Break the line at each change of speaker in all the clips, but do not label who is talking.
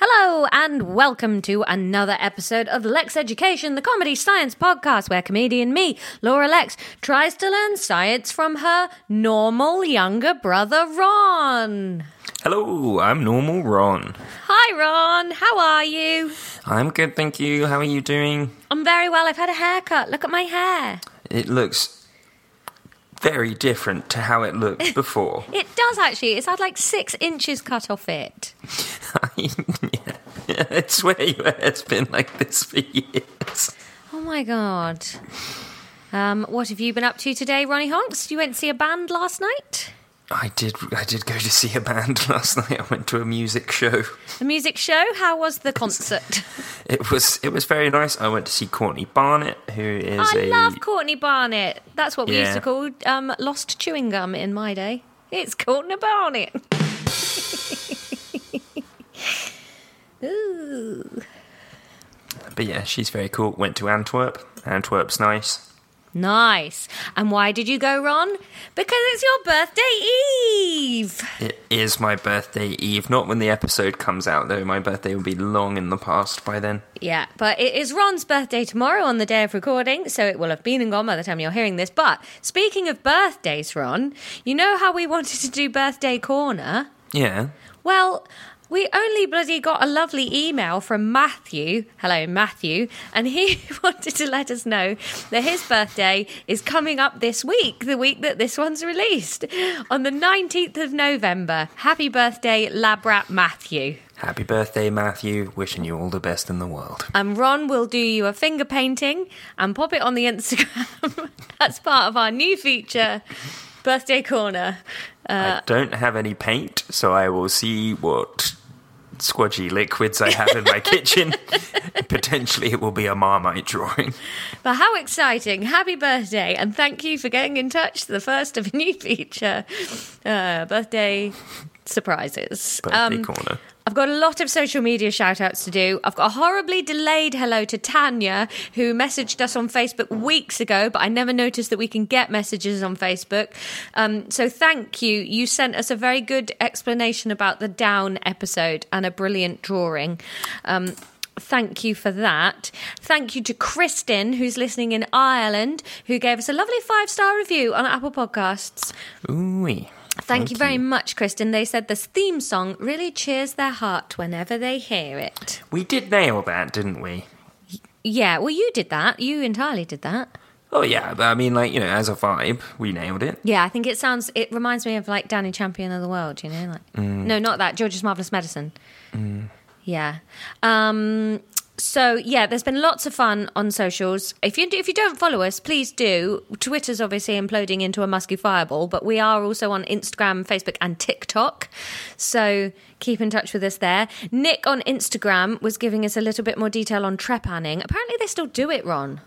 Hello, and welcome to another episode of Lex Education, the comedy science podcast where comedian me, Laura Lex, tries to learn science from her normal younger brother, Ron.
Hello, I'm normal Ron.
Hi, Ron. How are you?
I'm good, thank you. How are you doing?
I'm very well. I've had a haircut. Look at my hair.
It looks very different to how it looked before.
It does actually. It's had like six inches cut off it.
yeah, I swear your hair's been like this for years.
Oh my god. Um, what have you been up to today, Ronnie Honks? You went to see a band last night?
I did. I did go to see a band last night. I went to a music show.
A music show? How was the concert?
It was. It was very nice. I went to see Courtney Barnett, who is
I
a
love Courtney Barnett. That's what we used
Yeah.
to call um, lost chewing gum in my day. It's Courtney Barnett. Ooh.
But yeah, she's very cool. Went to Antwerp. Antwerp's nice.
Nice. And why did you go, Ron? Because it's your birthday eve.
It is my birthday eve. Not when the episode comes out though. My birthday will be long in the past by then.
Yeah, but it is Ron's birthday tomorrow on the day of recording, so it will have been and gone by the time you're hearing this. But speaking of birthdays, Ron, you know how we wanted to do Birthday Corner?
Yeah.
Well, we only bloody got a lovely email from Matthew. Hello, Matthew. And he wanted to let us know that his birthday is coming up this week, the week that this one's released, on the 19th of November. Happy birthday, Lab Rat Matthew.
Happy birthday, Matthew. Wishing you all the best in the world.
And Ron will do you a finger painting and pop it on the Instagram. That's part of our new feature, Birthday Corner. Uh,
I don't have any paint, so I will see what squidgy liquids I have in my kitchen. Potentially, it will be a Marmite drawing.
But how exciting! Happy birthday, and thank you for getting in touch. The first of a new feature, uh, birthday surprises.
Birthday
Um,
corner.
I've got a lot of social media shout outs to do. I've got a horribly delayed hello to Tanya, who messaged us on Facebook weeks ago, but I never noticed that we can get messages on Facebook. Um, so thank you. You sent us a very good explanation about the down episode and a brilliant drawing. Um, Thank you for that. Thank you to Kristen, who's listening in Ireland, who gave us a lovely five star review on Apple Podcasts.
Ooh.
Thank, you very much, Kristen. They said this theme song really cheers their heart whenever they hear it.
We did nail that, didn't we?
Yeah, well, you did that. You entirely did that.
Oh yeah, but I mean, like you know, as a vibe, we nailed it.
Yeah, I think it sounds, it reminds me of like Danny Champion of the World, you know? like No, not that. George's Marvelous Medicine. Yeah. Um, so yeah, there's been lots of fun on socials. If you if you don't follow us, please do. Twitter's obviously imploding into a musky fireball, but we are also on Instagram, Facebook, and TikTok. So keep in touch with us there. Nick on Instagram was giving us a little bit more detail on trepanning. Apparently, they still do it, Ron.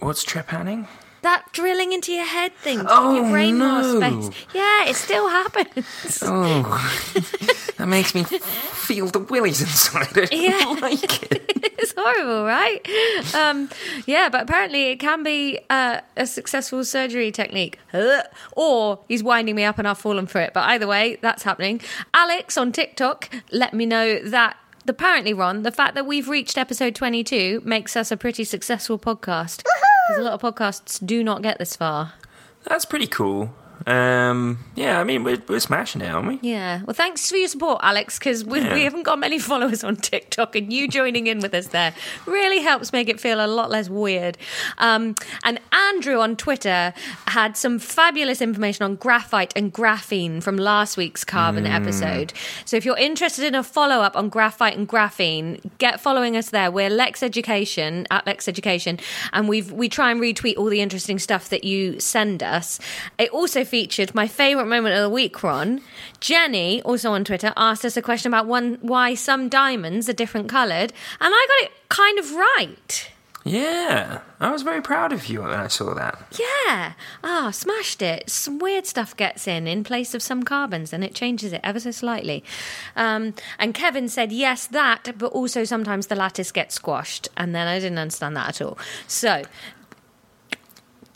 What's trip panning?
That drilling into your head thing, to
Oh,
give your brain
no.
more space. Yeah, it still happens.
Oh, that makes me feel the willies inside. I don't
Yeah.
like it.
it's horrible, right? Um, yeah, but apparently it can be uh, a successful surgery technique. Ugh. Or he's winding me up and I've fallen for it. But either way, that's happening. Alex on TikTok let me know that. Apparently, Ron, the fact that we've reached episode 22 makes us a pretty successful podcast. Because a lot of podcasts do not get this far.
That's pretty cool. Um, yeah, I mean, we're, we're smashing it, aren't we?
Yeah. Well, thanks for your support, Alex, because we,
Yeah.
we haven't got many followers on TikTok, and you joining in with us there really helps make it feel a lot less weird. Um, and Andrew on Twitter had some fabulous information on graphite and graphene from last week's carbon episode. So if you're interested in a follow up on graphite and graphene, get following us there. We're Lex Education at Lex Education, and we've we try and retweet all the interesting stuff that you send us. It also featured my favorite moment of the week, Ron. Jenny, also on Twitter, asked us a question about one why some diamonds are different coloured, and I got it kind of right.
Yeah, I was very proud of you when I saw that.
Yeah. Ah, smashed it. Some weird stuff gets in in place of some carbons and it changes it ever so slightly. Um, and Kevin said, yes, that, but also sometimes the lattice gets squashed. And then I didn't understand that at all. So.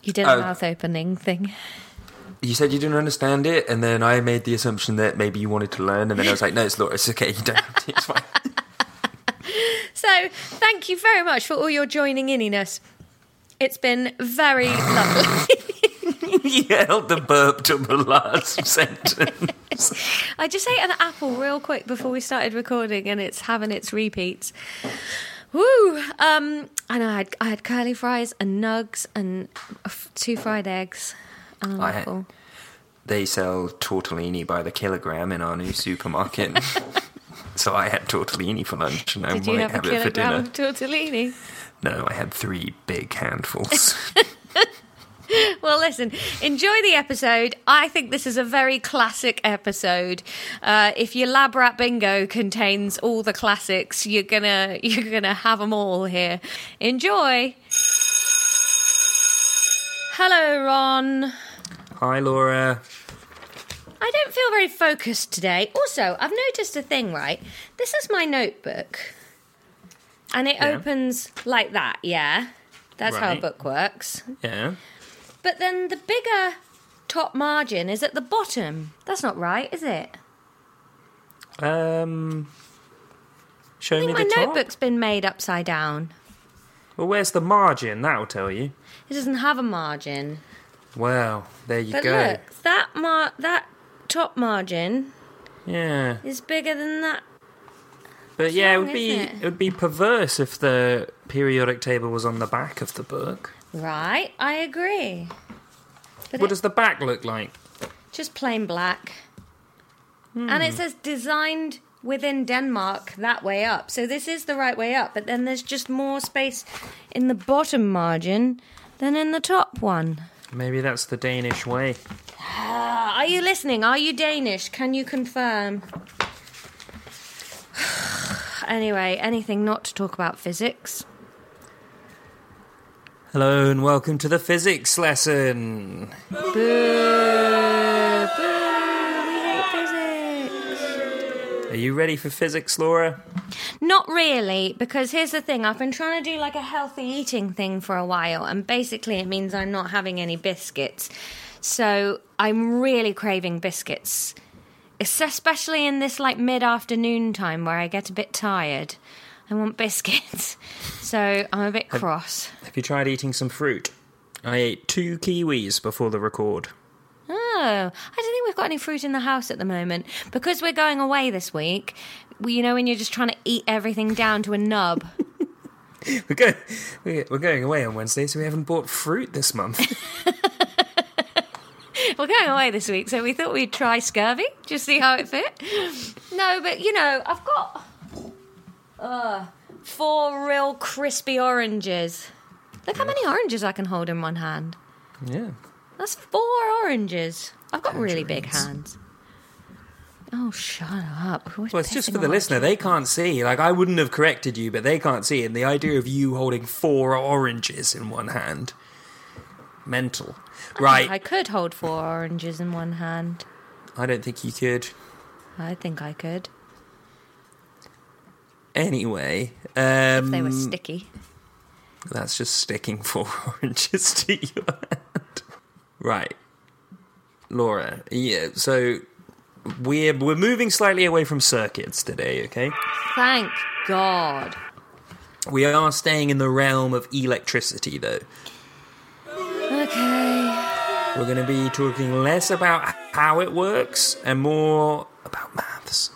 You did a
Oh.
mouth opening thing.
You said you didn't understand it, and then I made the assumption that maybe you wanted to learn, and then I was like, no, it's Laura, it's okay, you don't. It's fine.
So thank you very much for all your joining ininess. It's been very lovely.
he held the burp to the last sentence.
I just ate an apple real quick before we started recording, and it's having its repeats. Woo! Um, and I had I had curly fries and nugs and f- two fried eggs. And an
I-
apple.
They sell tortellini by the kilogram in our new supermarket. so I had tortellini for lunch and I
Did
might
you have, a
it for
kilogram
dinner.
of tortellini?
No, I had three big handfuls.
Well, listen, enjoy the episode. I think this is a very classic episode. Uh, if your lab rat bingo contains all the classics, you're gonna you're gonna have them all here. Enjoy. Hello, Ron.
Hi, Laura.
I don't feel very focused today. Also, I've noticed a thing, right? This is my notebook. And it
Yeah.
opens like that, yeah. That's how a
Right.
book works.
Yeah.
But then the bigger top margin is at the bottom. That's not right, is it?
Um, show
I
me
think
the
my
top.
notebook's been made upside down.
Well, where's the margin? That'll tell you.
It doesn't have a margin.
Well, there you
But
go.
look, that mar- that top margin
Yeah,
is bigger than that.
but yeah, it would
wrong,
be
isn't it?
it would be perverse if the periodic table was on the back of the book.
Right, I agree. But
What
it-
does the back look like?
just plain black.
Hmm.
And it says designed within Denmark that way up. So this is the right way up, but then there's just more space in the bottom margin than in the top one.
Maybe that's the Danish way.
Ah, are you listening? Are you Danish? Can you confirm? anyway, anything not to talk about physics?
Hello and welcome to the physics lesson.
Boo! Boo! We hate physics.
Are you ready for physics, Laura?
Not really, because here's the thing I've been trying to do like a healthy eating thing for a while, and basically it means I'm not having any biscuits. So I'm really craving biscuits, Es- especially in this like mid afternoon time where I get a bit tired. I want biscuits. So I'm a bit cross.
Have you tried eating some fruit? I ate two kiwis before the record.
Oh, I don't think we've got any fruit in the house at the moment because we're going away this week. we- You know, when you're just trying to eat everything down to a nub.
We're going, we're going away on Wednesday, so we haven't bought fruit this month.
We're going away this week, so we thought we'd try scurvy, just see how it fit. No, but you know, I've got uh, four real crispy oranges. Look how many oranges I can hold in one hand.
yeah.
That's four oranges. I've got really big hands. Oh, shut up. Who is
Well, it's just
pissing
for the
on my
listener. They can't see. Like, I wouldn't have corrected you, but they can't see. And the idea of you holding four oranges in one hand. Mental. Right.
I could hold four oranges in one hand.
I don't think you could.
I think I could.
Anyway. Um,
They were sticky.
That's just sticking four oranges to your hand. Right. Laura, yeah, so we're we're moving slightly away from circuits today, okay?
Thank God.
We are staying in the realm of electricity though.
Okay.
We're going to be talking less about how it works and more about maths.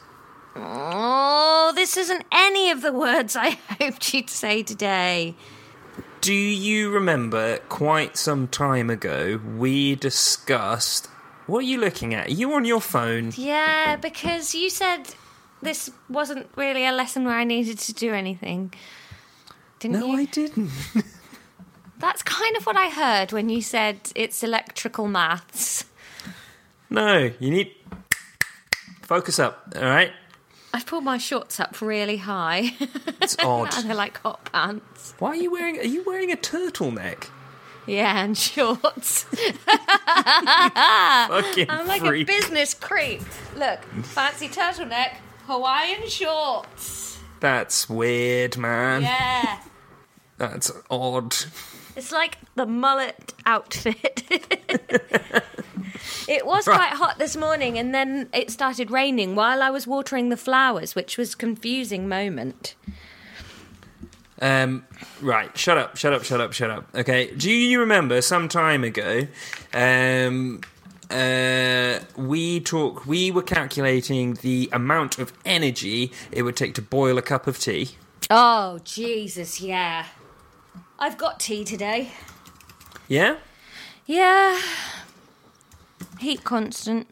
Oh, this isn't any of the words I hoped you'd say today.
Do you remember quite some time ago we discussed what are you looking at? Are you on your phone?
Yeah, because you said this wasn't really a lesson where I needed to do anything. Didn't
No,
you?
I didn't.
That's kind of what I heard when you said it's electrical maths.
No, you need focus up. All right,
I've pulled my shorts up really high.
it's odd.
and they're like hot pants.
Why are you wearing? Are you wearing a turtleneck?
Yeah, and shorts.
Fucking
I'm like
freak.
a business creep. Look, fancy turtleneck, Hawaiian shorts.
That's weird, man.
Yeah.
That's odd.
It's like the mullet outfit. it was quite hot this morning, and then it started raining while I was watering the flowers, which was a confusing moment.
Um, right, shut up, shut up, shut up, shut up. Okay, do you remember some time ago? Um, uh, we talk. We were calculating the amount of energy it would take to boil a cup of tea.
Oh, Jesus, yeah. I've got tea today.
Yeah.
Yeah. Heat constant.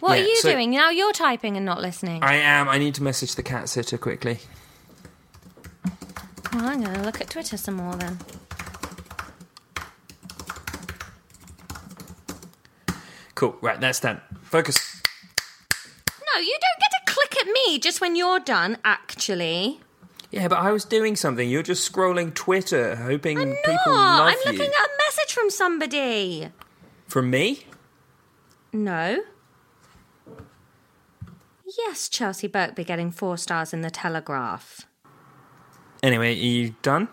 What
Yeah,
are you
so-
doing? Now you're typing and not listening.
I am. I need to message the cat sitter quickly.
Well, I'm going to look at Twitter some more then.
Cool. Right, that's done. Focus.
No, you don't get to click at me just when you're done, actually.
Yeah, but I was doing something. You're just scrolling Twitter, hoping Hmm, people
no,
love
I'm looking
you.
at a message from somebody.
From me?
No. Yes, Chelsea Burke be getting four stars in the Telegraph.
Anyway, are you done?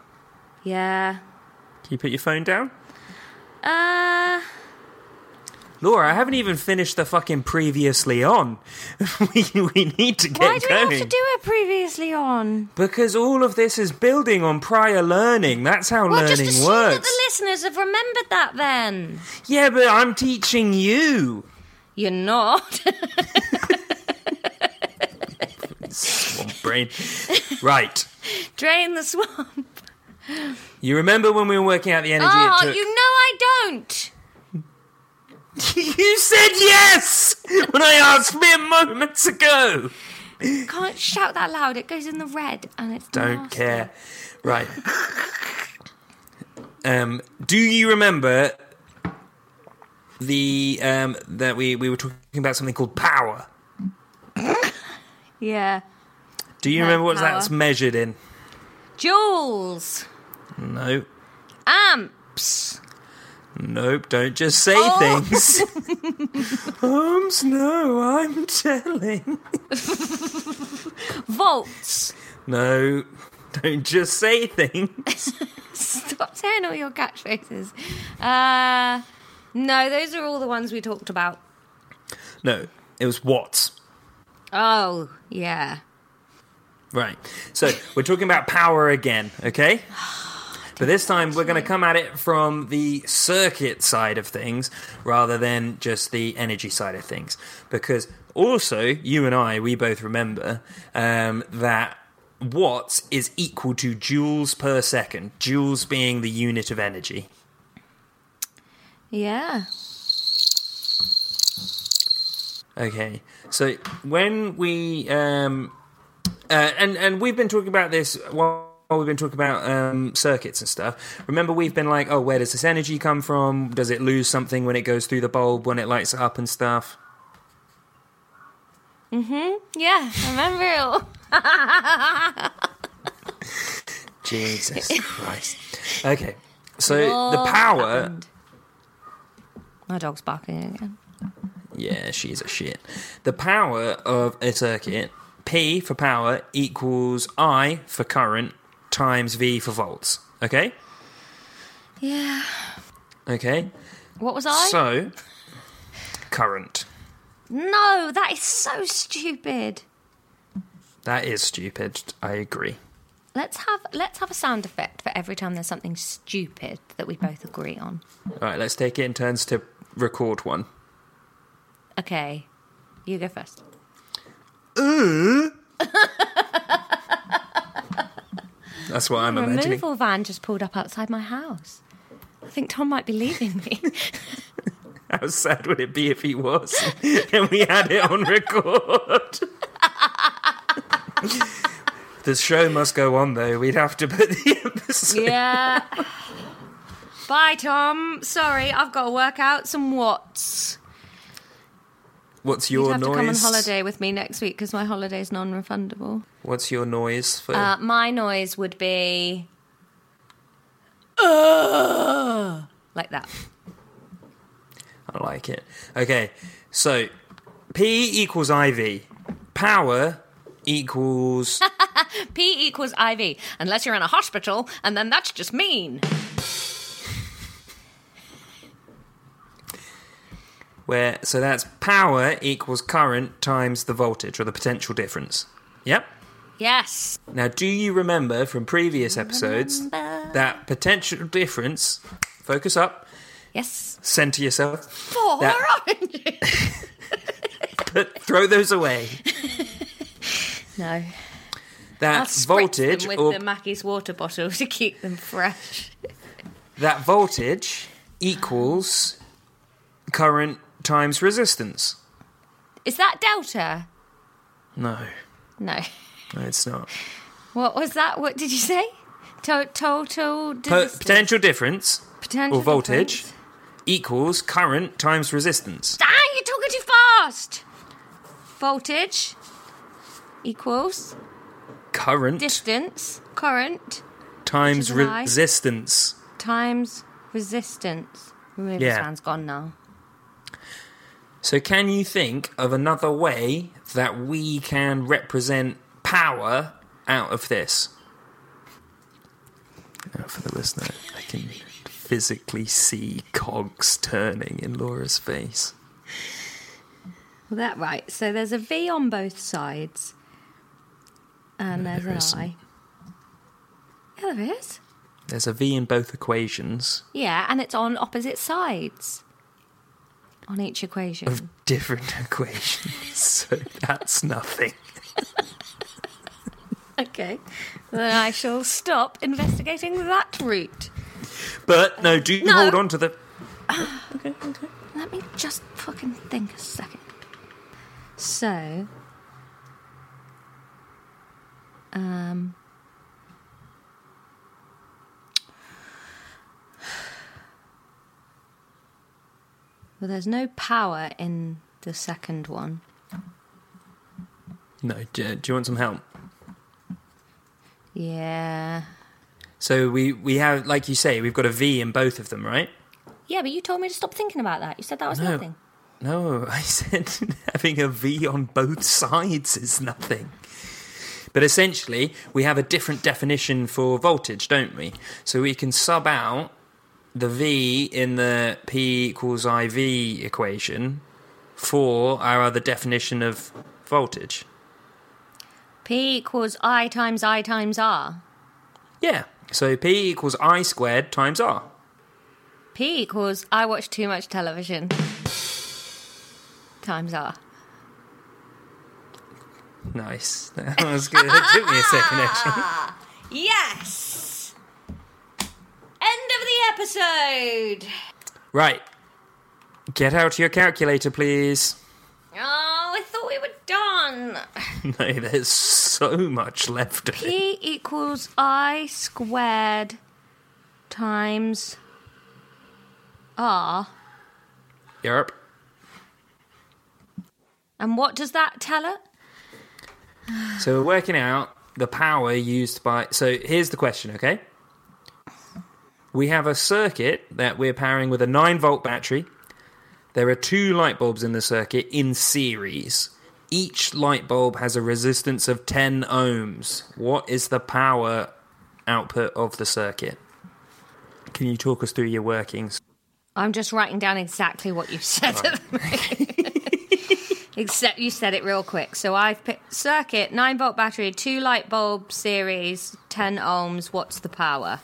Yeah.
Can you put your phone down?
Uh,
Laura, I haven't even finished the fucking previously on. we, we need to get
why do we
going.
have to do it previously on?
because all of this is building on prior learning. That's how
Well, just
learning
assume that
works.
the listeners have remembered that then.
yeah, but I'm teaching you.
You're not.
Swamp brain. right.
Drain the swamp.
You remember when we were working out the energy
Oh,
it took?
you know I don't.
You said yes when I asked me a moments ago.
Can't shout that loud. It goes in the red and it's
Don't
nasty.
care. Right. Um, do you remember the um, that we, we were talking about something called power?
Yeah.
Do you remember what
power.
that's measured in?
Joules.
No.
Amps.
Nope, don't just say
Oh.
things. Holmes, no, I'm telling.
Volts.
No, don't just say things.
Stop saying all your catchphrases. Uh, no, those are all the ones we talked about.
No, it was watts.
Oh, yeah.
Right. So we're talking about power again, okay? But this time we're going to come at it from the circuit side of things rather than just the energy side of things. Because also, you and I, we both remember um, that watts is equal to joules per second, joules being the unit of energy.
Yeah.
Okay, so when we um, uh, and and we've been talking about this while we've been talking about um, circuits and stuff. Remember, we've been like, oh, where does this energy come from? Does it lose something when it goes through the bulb when it lights up and stuff?
Yeah, I remember it all.
Jesus Christ. Okay, so the power.
My dog's barking again.
Yeah, she's a shit. The power of a circuit, P for power equals I for current times V for volts. Okay.
Yeah.
Okay.
What was I?
So, current.
no, that is so stupid.
That is stupid. I agree.
Let's have let's have a sound effect for every time there's something stupid that we both agree on.
All right, let's take it in turns to record one.
Okay. You go first. Uh.
That's what I'm imagining.
Removal van just pulled up outside my house. I think Tom might be leaving me.
How sad would it be if he was and we had it on record? the show must go on, though. We'd have to put the episode.
yeah. Bye, Tom. Sorry, I've got to work out some watts.
What's
You'd
your
have
noise?
to come on holiday with me next week because my holiday's non-refundable.
What's your noise for?
Uh, my noise would be like that.
I like it. Okay, so P equals IV. Power equals
P equals IV, unless you're in a hospital, and then that's just mean.
where so that's power equals current times the voltage or the potential difference. Yep.
Yes.
Now, do you remember from previous episodes
Remember.
that potential difference? Focus up,
Yes.
center yourself,
Four
That-
oranges.
but throw those away.
No. I'll
That
spritz
voltage
them with
or
the Mackey's water bottle to keep them fresh.
that voltage equals current times resistance.
Is that delta?
No,
No.
no, it's not.
What was that? What did you say? To- total
Po-
dis-
potential difference
potential
or voltage
difference?
equals current times resistance.
Ah, you're talking too fast. Voltage equals
Current
distance, current
times
is a lie.
resistance.
times resistance. Remove
Yeah.
this one's gone now.
So, can you think of another way that we can represent power out of this? Now, for the listener, I can physically see cogs turning in Laura's face.
Well, that right. So there's a V on both sides, and there's
there
an
isn't.
I. Yeah, there is.
There's a V in both equations
Yeah, and it's on opposite sides on each equation.
of different equations, so that's nothing.
Okay. Then I shall stop investigating that route.
But no, do
No.
hold on to the.
Let me just fucking think a second. So. Um. Well, there's no power in the second one.
No, do, do you want some help?
Yeah.
So we we have, like you say, we've got a V in both of them, right?
Yeah, but you told me to stop thinking about that. You said that was
No.
nothing.
No, I said having a V on both sides is nothing. But essentially, we have a different definition for voltage, don't we? So we can sub out the V in the P equals IV equation for our other definition of voltage.
P equals I times I times R.
Yeah. So P equals I squared times R.
P equals I watch too much television times R.
Nice. That was good. It took me a second, actually.
Ah. Yes! End of the episode!
Right. Get out your calculator, please.
Oh, I thought we were done.
No, there's so much left of it.
P equals I squared times R.
Europe.
And what does that tell it?
So we're working out the power used by. So here's the question, okay? We have a circuit that we're powering with a 9 volt battery. There are two light bulbs in the circuit in series. Each light bulb has a resistance of 10 ohms. What is the power output of the circuit? Can you talk us through your workings?
I'm just writing down exactly what you said. at the moment. Except you said it real quick. So I've picked circuit, 9 volt battery, 2 light bulb series, 10 ohms. What's the power?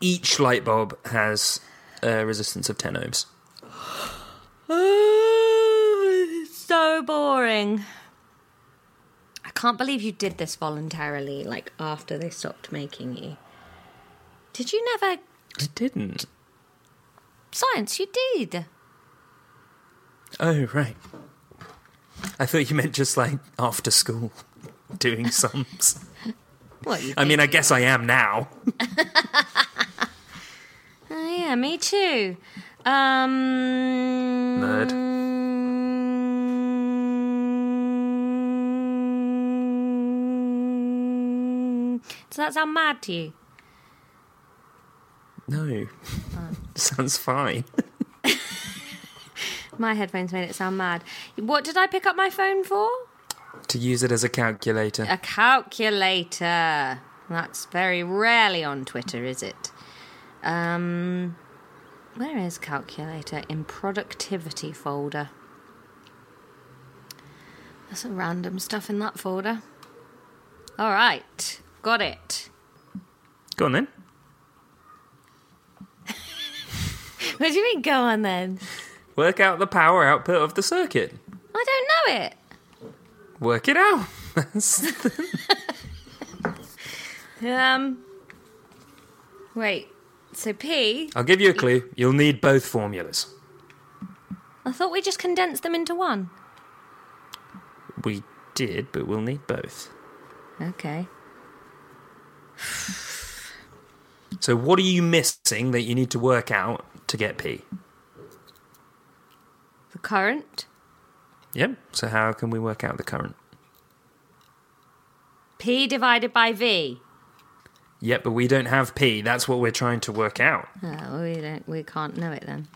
Each light bulb has a resistance of 10 ohms. Uh,
so boring. I can't believe you did this voluntarily, like after they stopped making you. Did you never.
I didn't.
Science, you did.
Oh, right. I thought you meant just like after school doing sums.
Well, you
I mean,
did.
I guess I am now.
Oh, yeah, me too. Um,
Nerd.
Does that sound mad to you?
No. Sounds fine.
My headphones made it sound mad. What did I pick up my phone for?
to use it as a calculator.
A calculator. That's very rarely on Twitter, is it? Um, where is calculator in productivity folder? There's some random stuff in that folder. All right. Got it.
Go on then.
What do you mean, go on then?
Work out the power output of the circuit.
I don't know it.
Work it out. That's-
Um. Wait. So P.
I'll give you a clue. You'll need both formulas.
I thought we just condensed them into one.
We did, but we'll need both.
Okay.
So, what are you missing that you need to work out to get P?
The current
Yep. So, how can we work out the current?
P divided by V.
Yep, but we don't have P. That's what we're trying to work out.
Oh, we don't. We can't know it then.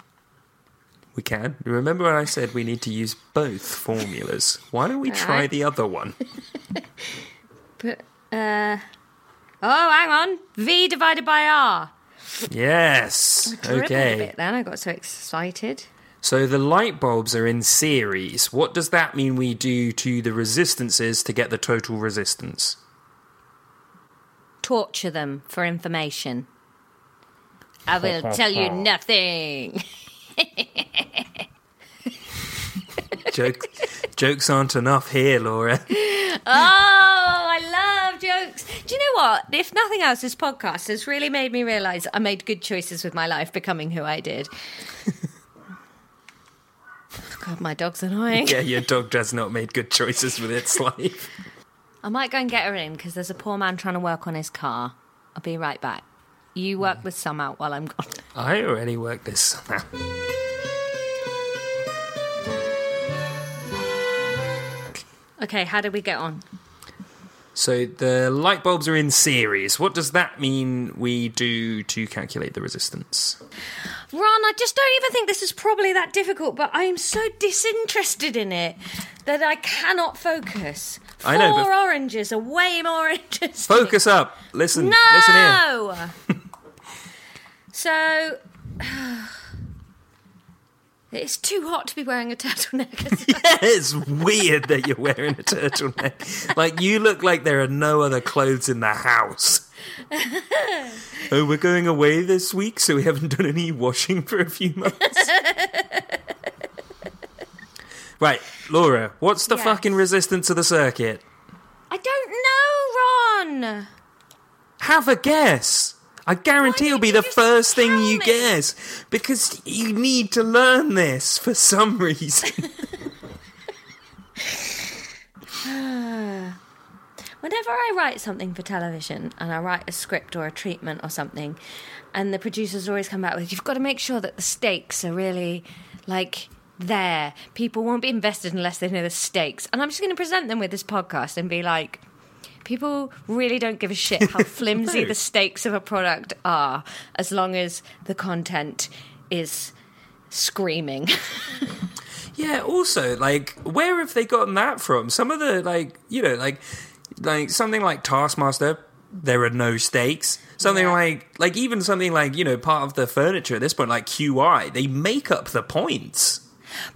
We can. Remember when I said we need to use both formulas? Why don't we try
Alright.
the other one?
But uh. Oh, hang on. V divided by R.
Yes.
Dribbled A
Okay.
bit then. I got so excited.
So the light bulbs are in series. What does that mean we do to the resistances to get the total resistance?
Torture them for information. I will tell you nothing.
Jokes, jokes aren't enough here, Laura.
Oh, I love jokes. Do you know what? If nothing else, this podcast has really made me realize I made good choices with my life becoming who I did. God, my dog's annoying.
Yeah, your dog has not made good choices with its life.
I might go and get her in because there's a poor man trying to work on his car. I'll be right back. You work this sum out while I'm gone.
I already worked this out.
Okay, how did we get on?
So the light bulbs are in series. What does that mean we do to calculate the resistance?
Ron, I just don't even think this is probably that difficult, but I am so disinterested in it that I cannot focus. Four
I know, but-
oranges are way more interesting.
Focus up. Listen. Listen here.
No. so it's too hot to be wearing a turtleneck.
it's weird that you're wearing a turtleneck. Like you look like there are no other clothes in the house. oh, we're going away this week, so we haven't done any washing for a few months. right, Laura, what's the
Yes.
fucking resistance of the circuit?
I don't know, Ron.
Have a guess. I guarantee
Why
it'll be
didn't
the
you just
first thing
tell
you
me?
guess because you need to learn this for some reason.
Whenever I write something for television and I write a script or a treatment or something, and the producers always come back with, you've got to make sure that the stakes are really like there. People won't be invested unless they know the stakes. And I'm just going to present them with this podcast and be like, people really don't give a shit how flimsy
No.
the stakes of a product are as long as the content is screaming.
Yeah, also, like, where have they gotten that from? Some of the, like, you know, like, like something like Taskmaster, there are no stakes. Something
Yeah.
like, like, even something like, you know, part of the furniture at this point, like QI, they make up the points.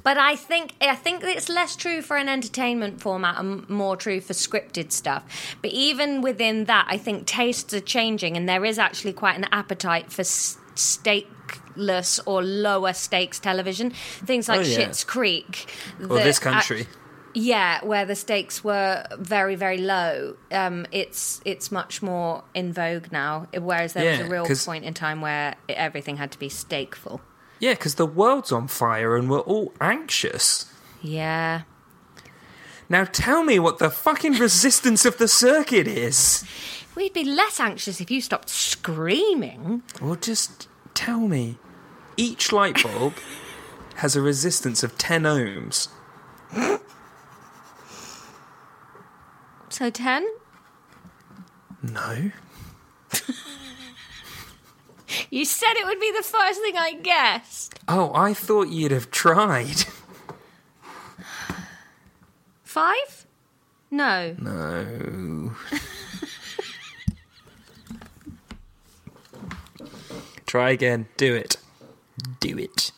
But I think I think it's less true for an entertainment format and more true for scripted stuff. But even within that, I think tastes are changing, and there is actually quite an appetite for s- stakeless or lower stakes television. Things like
Oh, yeah.
Shit's Creek,
Or
that
this
act-
country.
yeah, where the stakes were very very low. Um, it's it's much more in vogue now. Whereas there
Yeah,
was a real
'cause-
point in time where everything had to be stakeful.
yeah, because the world's on fire and we're all anxious.
Yeah.
Now tell me what the fucking resistance of the circuit is.
We'd be less anxious if you stopped screaming.
Well, just tell me. Each light bulb has a resistance of 10 ohms.
So 10?
No.
You said it would be the first thing I guessed.
Oh, I thought you'd have tried.
5? No.
No. Try again. Do it. Do it.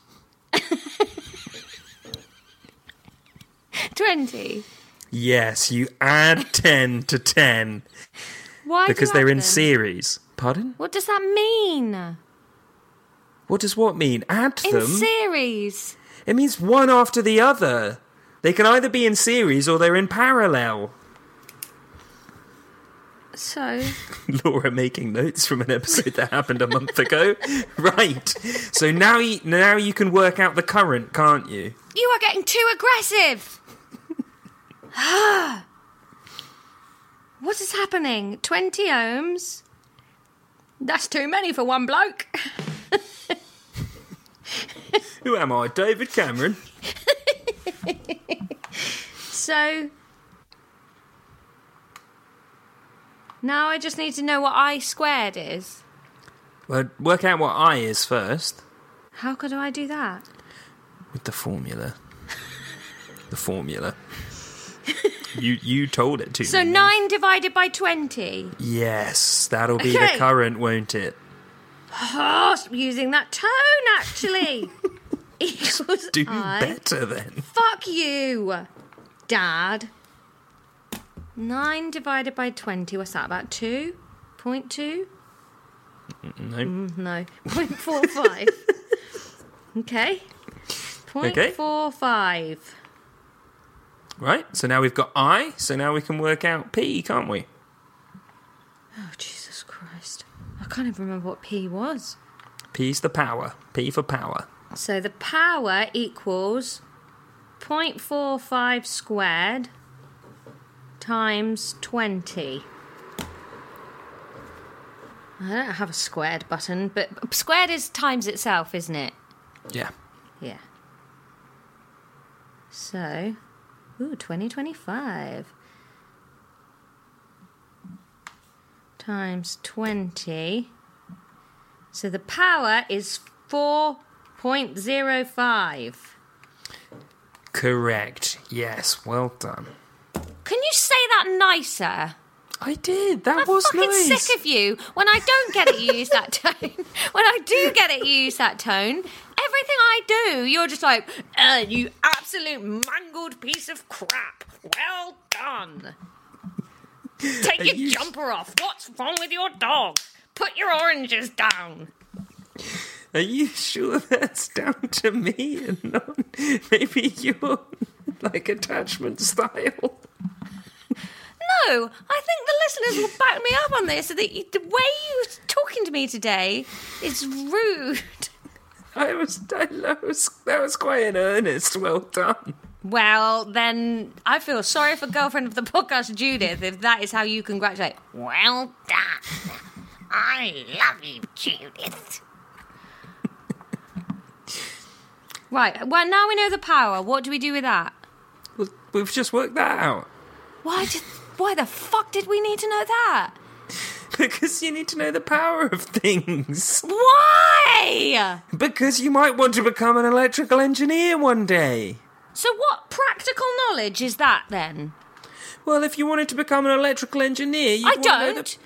20.
Yes, you add 10 to 10
Why? do
because
you
they're
add
in
them?
series. Pardon?
What does that mean?
What does what mean? Add
In
them?
series.
it means one after the other. They can either be in series or they're in parallel.
So
Laura making notes from an episode that happened a month ago. Right. So now you, now you can work out the current, can't you?
you are getting too aggressive. what is happening? Twenty ohms. That's too many for one bloke.
Who am I? David Cameron.
So now I just need to know what I squared is.
Well, work out what I is first
How could I do that?
with the formula. The formula. you you told it to
So
me.
nine divided by twenty.
Yes, that'll be
Okay.
the current, won't it?
Oh, using that tone actually equals
Do
I.
better then.
Fuck you, Dad. Nine divided by twenty. What's that? About two point two?
No.
No, point four five. okay. Point
Okay.
four five.
Right? So now we've got I, so now we can work out P, can't we?
Oh Jesus Christ! I can't even remember what P was.
P's the power. P for power.
So the power equals 0.45 squared times 20. I don't have a squared button, but squared is times itself, isn't it?
Yeah.
Yeah. So, ooh, 2025 times 20. So the power is 4.05.
Correct. Yes, well done.
Can you say that nicer?
I did. That
I'm
was
fucking
nice.
sick of you. When I don't get it, you use that tone. When I do get it, you use that tone. Everything I do, you're just like, uh, you absolute mangled piece of crap. Well done. Take your
you-
jumper off. What's wrong with your dog? Put your oranges down.
Are you sure that's down to me and not maybe your like attachment style?
No, I think the listeners will back me up on this. That you, the way you're talking to me today is rude.
I was, I was that was quite in earnest. Well done.
Well, then I feel sorry for girlfriend of the podcast, Judith, if that is how you congratulate. Well done. I love you, Judith. right, well, now we know the power. What do we do with that?
Well, We've just worked that out
Why did. Why the fuck did we need to know that?
because you need to know the power of things.
Why?
Because you might want to become an electrical engineer one day.
So, what practical knowledge is that then?
Well, if you wanted to become an electrical engineer, you
I don't.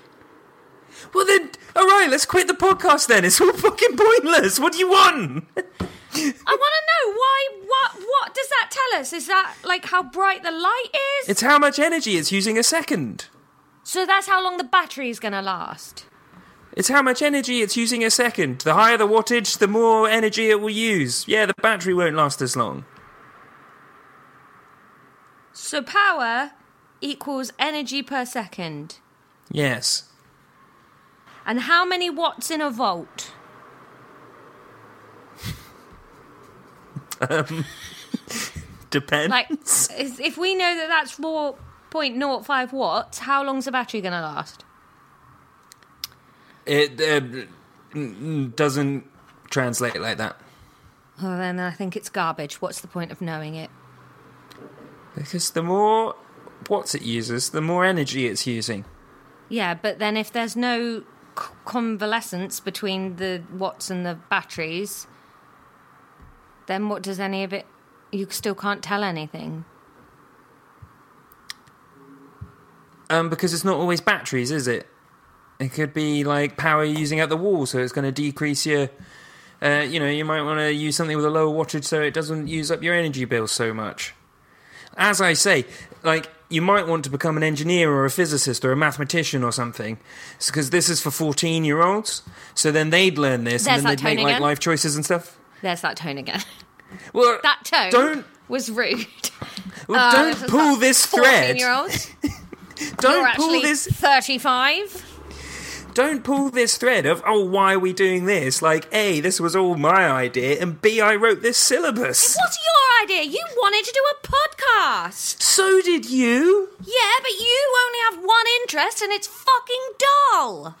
Well then, all right, let's quit the podcast then. It's all fucking pointless. What do you want?
I want to know why. What? What does that tell us? Is that like how bright the light is?
It's how much energy it's using a second.
So that's how long the battery is going to last.
It's how much energy it's using a second. The higher the wattage, the more energy it will use. Yeah, the battery won't last as long.
So power equals energy per second.
Yes.
And how many watts in a volt?
Depends.
Like, is- if we know that that's 4.05 watts, how long's the battery going to last?
it uh, mm, mm, doesn't translate like that.
Well, then I think it's garbage. What's the point of knowing it?
Because the more watts it uses, the more energy it's using.
Yeah, but then if there's no c- convalescence between the watts and the batteries, then what does any of it? You still can't tell anything.
Um, because it's not always batteries, is it? It could be like power you're using at the wall, so it's going to decrease your. Uh, you know, you might want to use something with a lower wattage so it doesn't use up your energy bill so much. As I say, like you might want to become an engineer or a physicist or a mathematician or something because this is for 14 year olds so then they'd learn this
There's
and
that
then they'd make
tone
like
again.
life choices and stuff
There's that tone again.
well
That tone
don't
was rude.
well,
Uh,
don't
was
pull
about
this thread
14-year-olds. You're
don't pull
actually
this
35.
don't pull this thread of oh why are we doing this like a this was all my idea and b i wrote this syllabus
What's your idea? You wanted to do a podcast.
so did you
Yeah, but you only have one interest and it's fucking dull.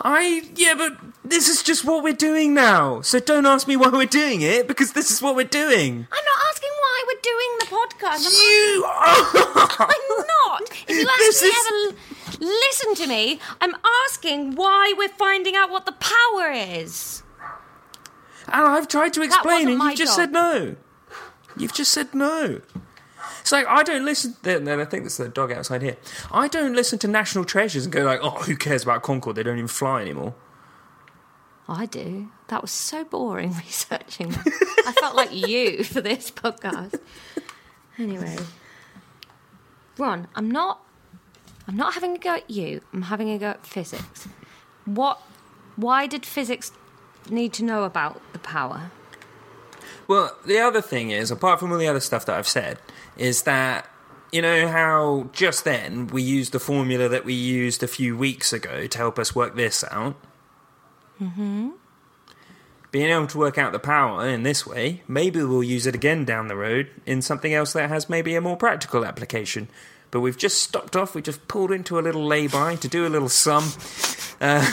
I yeah, but this is just what we're doing now. So don't ask me why we're doing it because this is what we're doing.
I'm not asking why we're doing the podcast. I'm,
You are.
I'm not. If you
This
actually
is-
ever l- listen to me, I'm asking why we're finding out what the power is.
And I've tried to explain,
wasn't
and
my
you've just
job.
said no. You've just said no. It's like I don't listen. Then I think there's the dog outside here. I don't listen to National Treasures and go like, oh, who cares about Concord? They don't even fly anymore.
I do. That was so boring researching. that. I felt like you for this podcast. Anyway, Ron, I'm not. I'm not having a go at you. I'm having a go at physics. What? Why did physics need to know about the power?
Well, the other thing is, apart from all the other stuff that I've said, is that you know how just then we used the formula that we used a few weeks ago to help us work this out. Mm-hmm. Being able to work out the power in this way, maybe we'll use it again down the road in something else that has maybe a more practical application. But we've just stopped off. We just pulled into a little lay-by to do a little sum uh,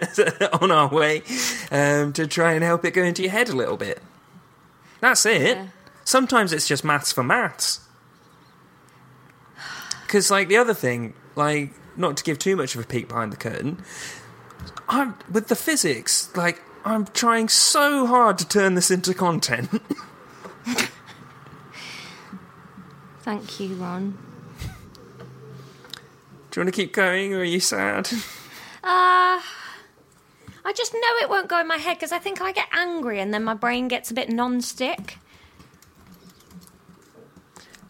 on our way um, to try and help it go into your head a little bit. That's it.
Yeah.
Sometimes it's just maths for maths. Because, like, the other thing, like, not to give too much of a peek behind the curtain, I'm with the physics, like, I'm trying so hard to turn this into content.
Thank you, Ron.
Do you want to keep going, or are you sad?
Uh, I just know it won't go in my head because I think I get angry and then my brain gets a bit non-stick.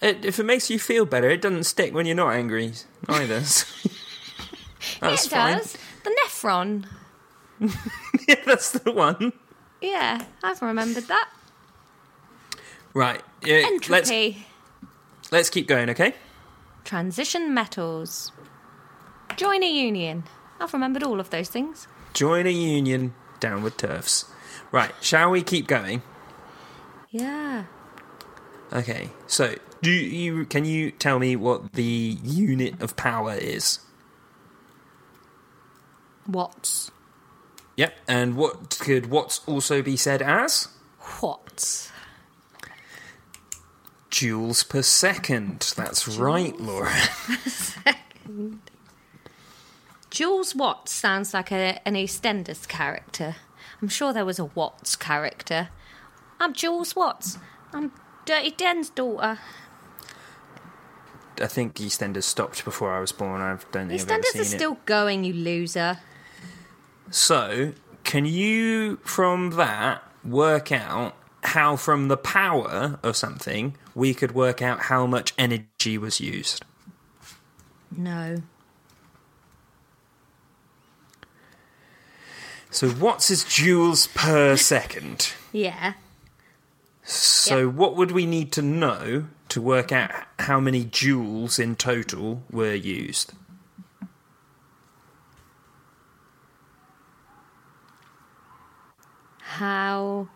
It, if it makes you feel better, it doesn't stick when you're not angry either. so- that's
it
fine.
does. The nephron.
Yeah, that's the one.
Yeah, I've remembered that.
Right. yeah, let's
Entropy.
let's keep going, okay?
Transition metals. Join a union. I've remembered all of those things.
Join a union, downward turfs. Right, shall we keep going?
Yeah.
Okay, so do you can you tell me what the unit of power is?
Watts.
Yep, and what could watts also be said as?
Watts.
Joules per second. That's right, Laura.
Jules Watts sounds like a, an EastEnders character. I'm sure there was a Watts character. I'm Jules Watts. I'm Dirty Den's daughter.
I think EastEnders stopped before I was born. I don't think I've ever
EastEnders
seen
is still going, you loser.
it. So, can you from that work out how from the power of something we could work out how much energy was used?
No.
So watts is joules per second.
Yeah.
So what would we need to know to work out how many joules in total were used?
How.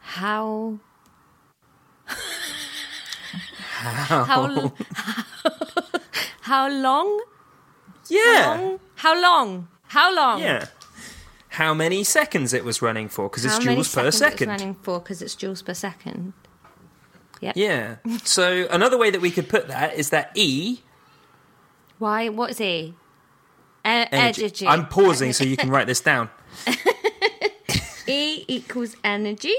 How. How. How, how long?
Yeah.
long? How long? How long?
Yeah. How many seconds it was running for because it's
How many
joules per
seconds It's
second.
running for because it's joules per second.
Yeah. So another way that we could put that is that E
Why? What is he? E-
energy.
energy.
I'm pausing so you can write this down.
E equals energy.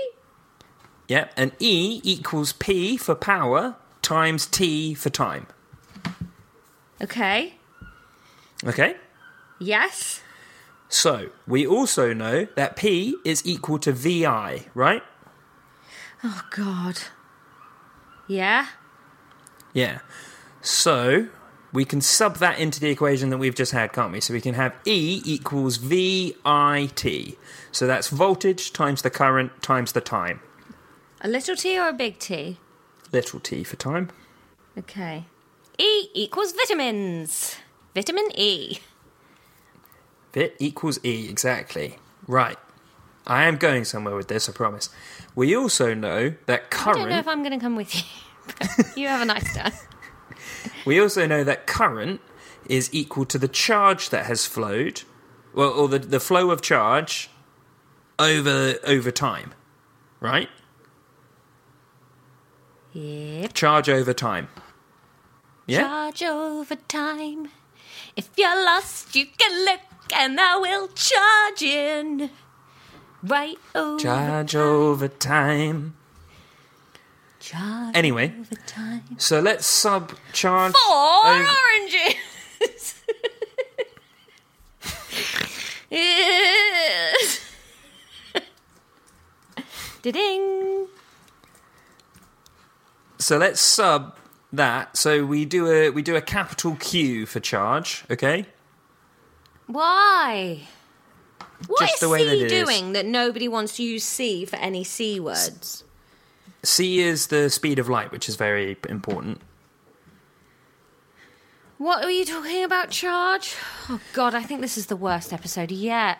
Yep. And E equals P for power times T for time.
Okay.
Okay?
Yes.
So we also know that P is equal to VI, right?
Oh God. Yeah.
Yeah. So we can sub that into the equation that we've just had, can't we? So we can have E equals VIT. So that's voltage times the current times the time.
A little t or a big T?
Little t for time.
Okay. E equals vitamins. Vitamin E.
Vit equals E, exactly. Right. I am going somewhere with this, I promise. We also know that
I
current.
don't know if I'm going to come with you. but you have a nice day.
We also know that current is equal to the charge that has flowed, well, or the, the flow of charge over over time, right?
Yep.
Charge over time. Yeah,
Charge over time. If you're lost, you can look, and I will charge in. Right over.
charge over time.
Charge
Anyway,
over time.
so let's sub charge
Four
over-
oranges. Ding.
So let's sub that. So we do a we do a capital Q for charge. Okay.
Why? What is
Just the way
C
that it is.
doing that nobody wants to use C for any C words?
C is the speed of light, which is very important.
What are you talking about, charge? Oh, God, I think this is the worst episode yet.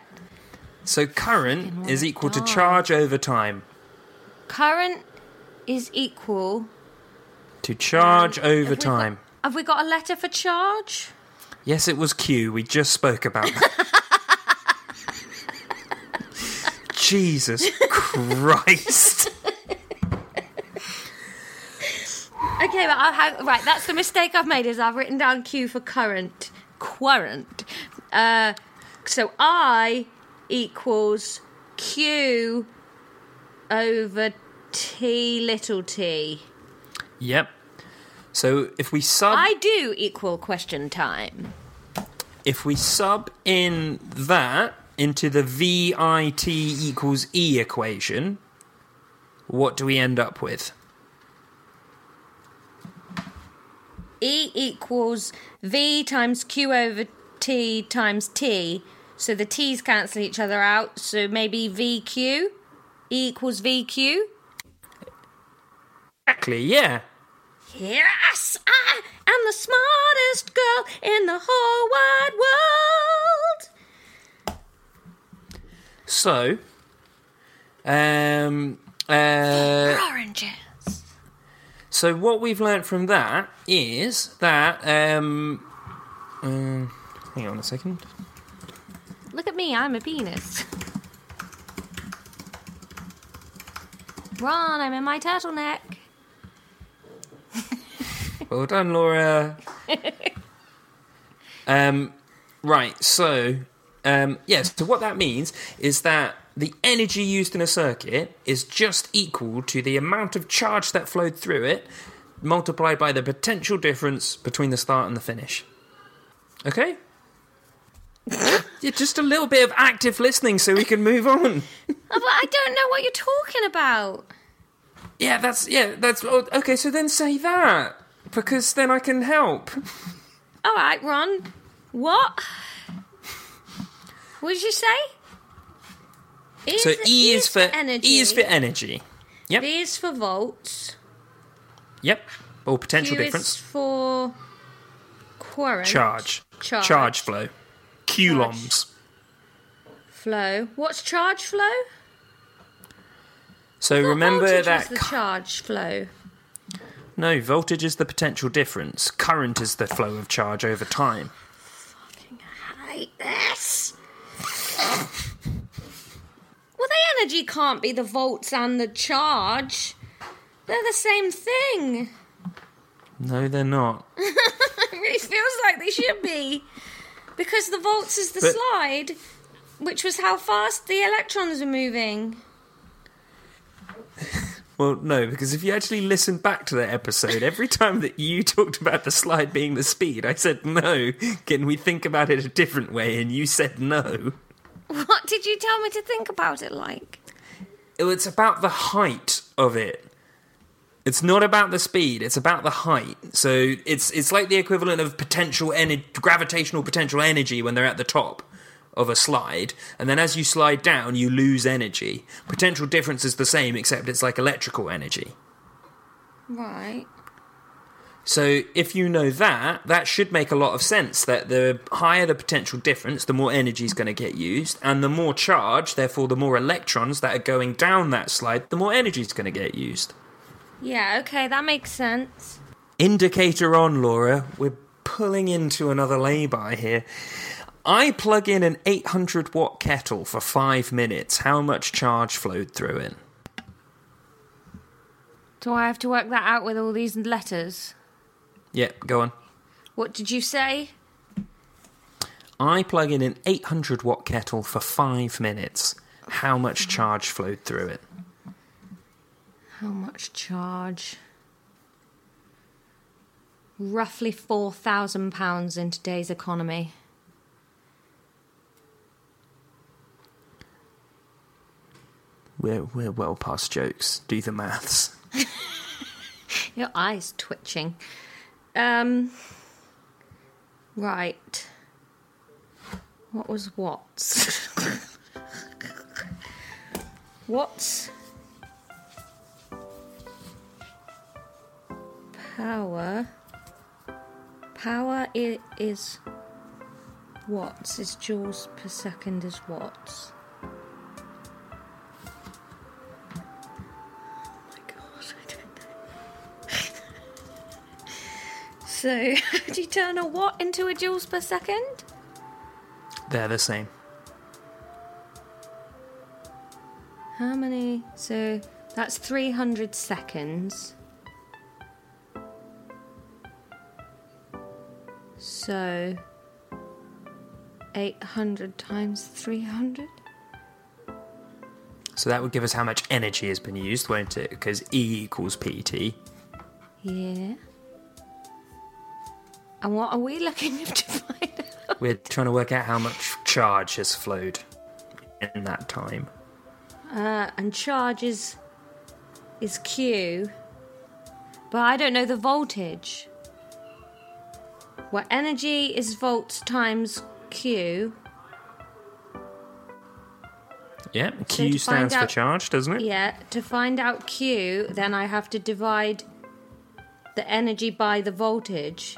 So current
wanna
is equal to
die.
charge over time.
Current is equal.
To charge over
Have we got-
time.
have we got a letter for charge?
Yes, it was Q. We just spoke about that. Jesus Christ.
Okay, but I'll have, right, that's the mistake I've made is I've written down Q for current, current. Uh, so I equals Q over T little t.
yep. So if we sub
I do equal question time.
if we sub in that into the VIT equals E equation, what do we end up with?
E equals V times Q over T times T. So the T's cancel each other out. So maybe VQ? E equals VQ?
Exactly, yeah.
Yes, I am the smartest girl in the whole wide world.
So um uh
Oranges.
So what we've learnt from that is that um, um hang on a second.
Look at me, I'm a penis. Ron, I'm in my turtleneck.
Well done, Laura. um right, so um yeah, so what that means is that the energy used in a circuit is just equal to the amount of charge that flowed through it multiplied by the potential difference between the start and the finish. Okay? yeah, just a little bit of active listening so we can move on.
Oh, but I don't know what you're talking about.
Yeah, that's yeah, that's oh, okay. So then say that because then I can help.
All right, Ron. What? What did you say? E
So E is for
energy.
E is for energy. Yep,
V is for volts.
yep. Or potential
Q is
difference.
for current.
Charge.
Charge.
Charge flow. Coulombs.
Flow. What's charge flow?
So remember
Voltage is
that
the
cu-
charge flow.
no voltage is the potential difference. Current is the flow of charge over time.
I hate this. well, the energy can't be the volts and the charge. They're the same thing.
No, they're not.
It really feels like they should be, because the volts is the
But-
slide, which was how fast the electrons were moving.
Well, no, because if you actually listen back to that episode, every time that you talked about the slide being the speed, I said no. Can we think about it a different way? And you said no.
What did you tell me to think about it like?
it's about the height of it. It's not about the speed; it's about the height. So it's it's like the equivalent of potential ener- gravitational potential energy when they're at the top of a slide, and then as you slide down, you lose energy. Potential difference is the same, except it's like electrical energy.
Right.
So if you know that, that should make a lot of sense. That the higher the potential difference, the more energy is going to get used, and the more charge, therefore, the more electrons that are going down that slide, the more energy is going to get used.
Yeah, okay, that makes sense.
Indicator on, Laura. We're pulling into another lay-by here. I plug in an 800 watt kettle for five minutes. How much charge flowed through it?
Do I have to work that out with all these letters?
Yep, go on.
What did you say?
I plug in an 800 watt kettle for five minutes. How much charge flowed through it?
How much charge? Roughly £4,000 in today's economy.
We're, we're well past jokes. Do the maths.
Your eyes twitching. Um, right. What was Watts? Watts power. Power i- is watts. Is joules per second is watts. Oh my god, I don't know. So, how do you turn a watt into a joules per second?
They're the same.
How many? So that's 300 seconds. So 800 times 300?
So that would give us how much energy has been used, won't it? Because E equals PT.
Yeah. And what are we looking to find out?
We're trying to work out how much charge has flowed in that time.
Uh, and charge is, is Q. But I don't know the voltage. Well, energy is volts times Q.
Yeah,
to
Q
find
stands for
out-
charge, doesn't it?
Yeah, to find out Q, then I have to divide the energy by the voltage.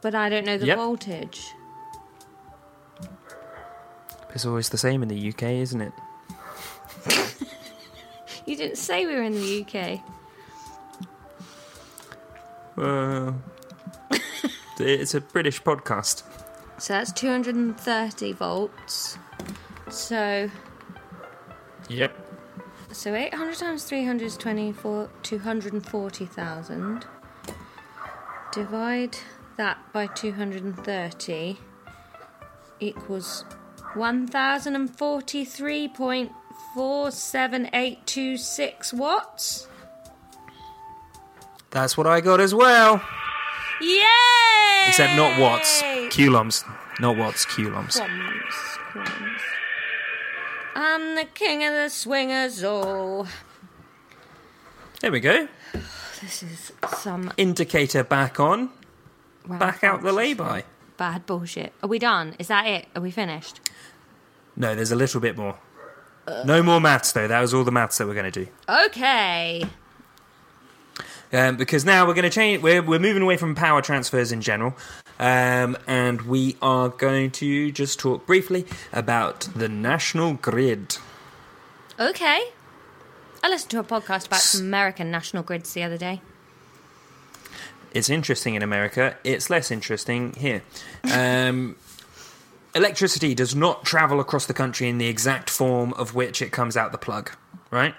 But I don't know the
Yep.
voltage.
It's always the same in the UK, isn't it?
You didn't say we were in the UK.
Well, it's a British podcast.
So that's 230 volts. So
Yep.
so 800 times 300 is 24 240,000. Divide that by 230 equals 1043.478826 watts.
That's what I got as well.
Yay!
Except not watts, coulombs. Not watts, coulombs.
Crumbs, crumbs. I'm the king of the swingers all.
There we go.
This is some
Indicator back on.
round
Back out the
bounces.
lay-by.
Bad bullshit. Are we done? Is that it? Are we finished?
No, there's a little bit more. No more maths though. That was all the maths that we're going to do.
Okay.
um, because now we're going to change. We're, we're moving away from power transfers in general, um, and we are going to just talk briefly about the national grid.
Okay. I listened to a podcast about American national grids the other day.
It's interesting in America. It's less interesting here. Um, electricity does not travel across the country in the exact form of which it comes out the plug, right?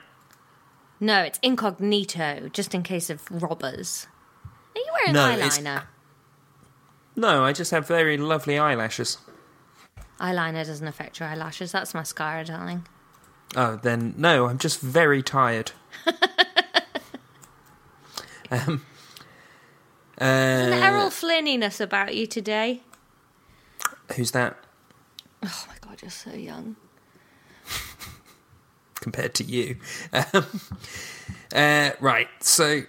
No, it's incognito, just in case of robbers. Are you wearing
No, it's-
eyeliner?
No, I just have very lovely eyelashes.
Eyeliner doesn't affect your eyelashes. That's mascara, darling.
Oh, then no, I'm just very tired. um,
An
uh,
Errol Flynniness about you today.
who's that?
Oh my god, you're so young.
compared to you. Um, uh, right, so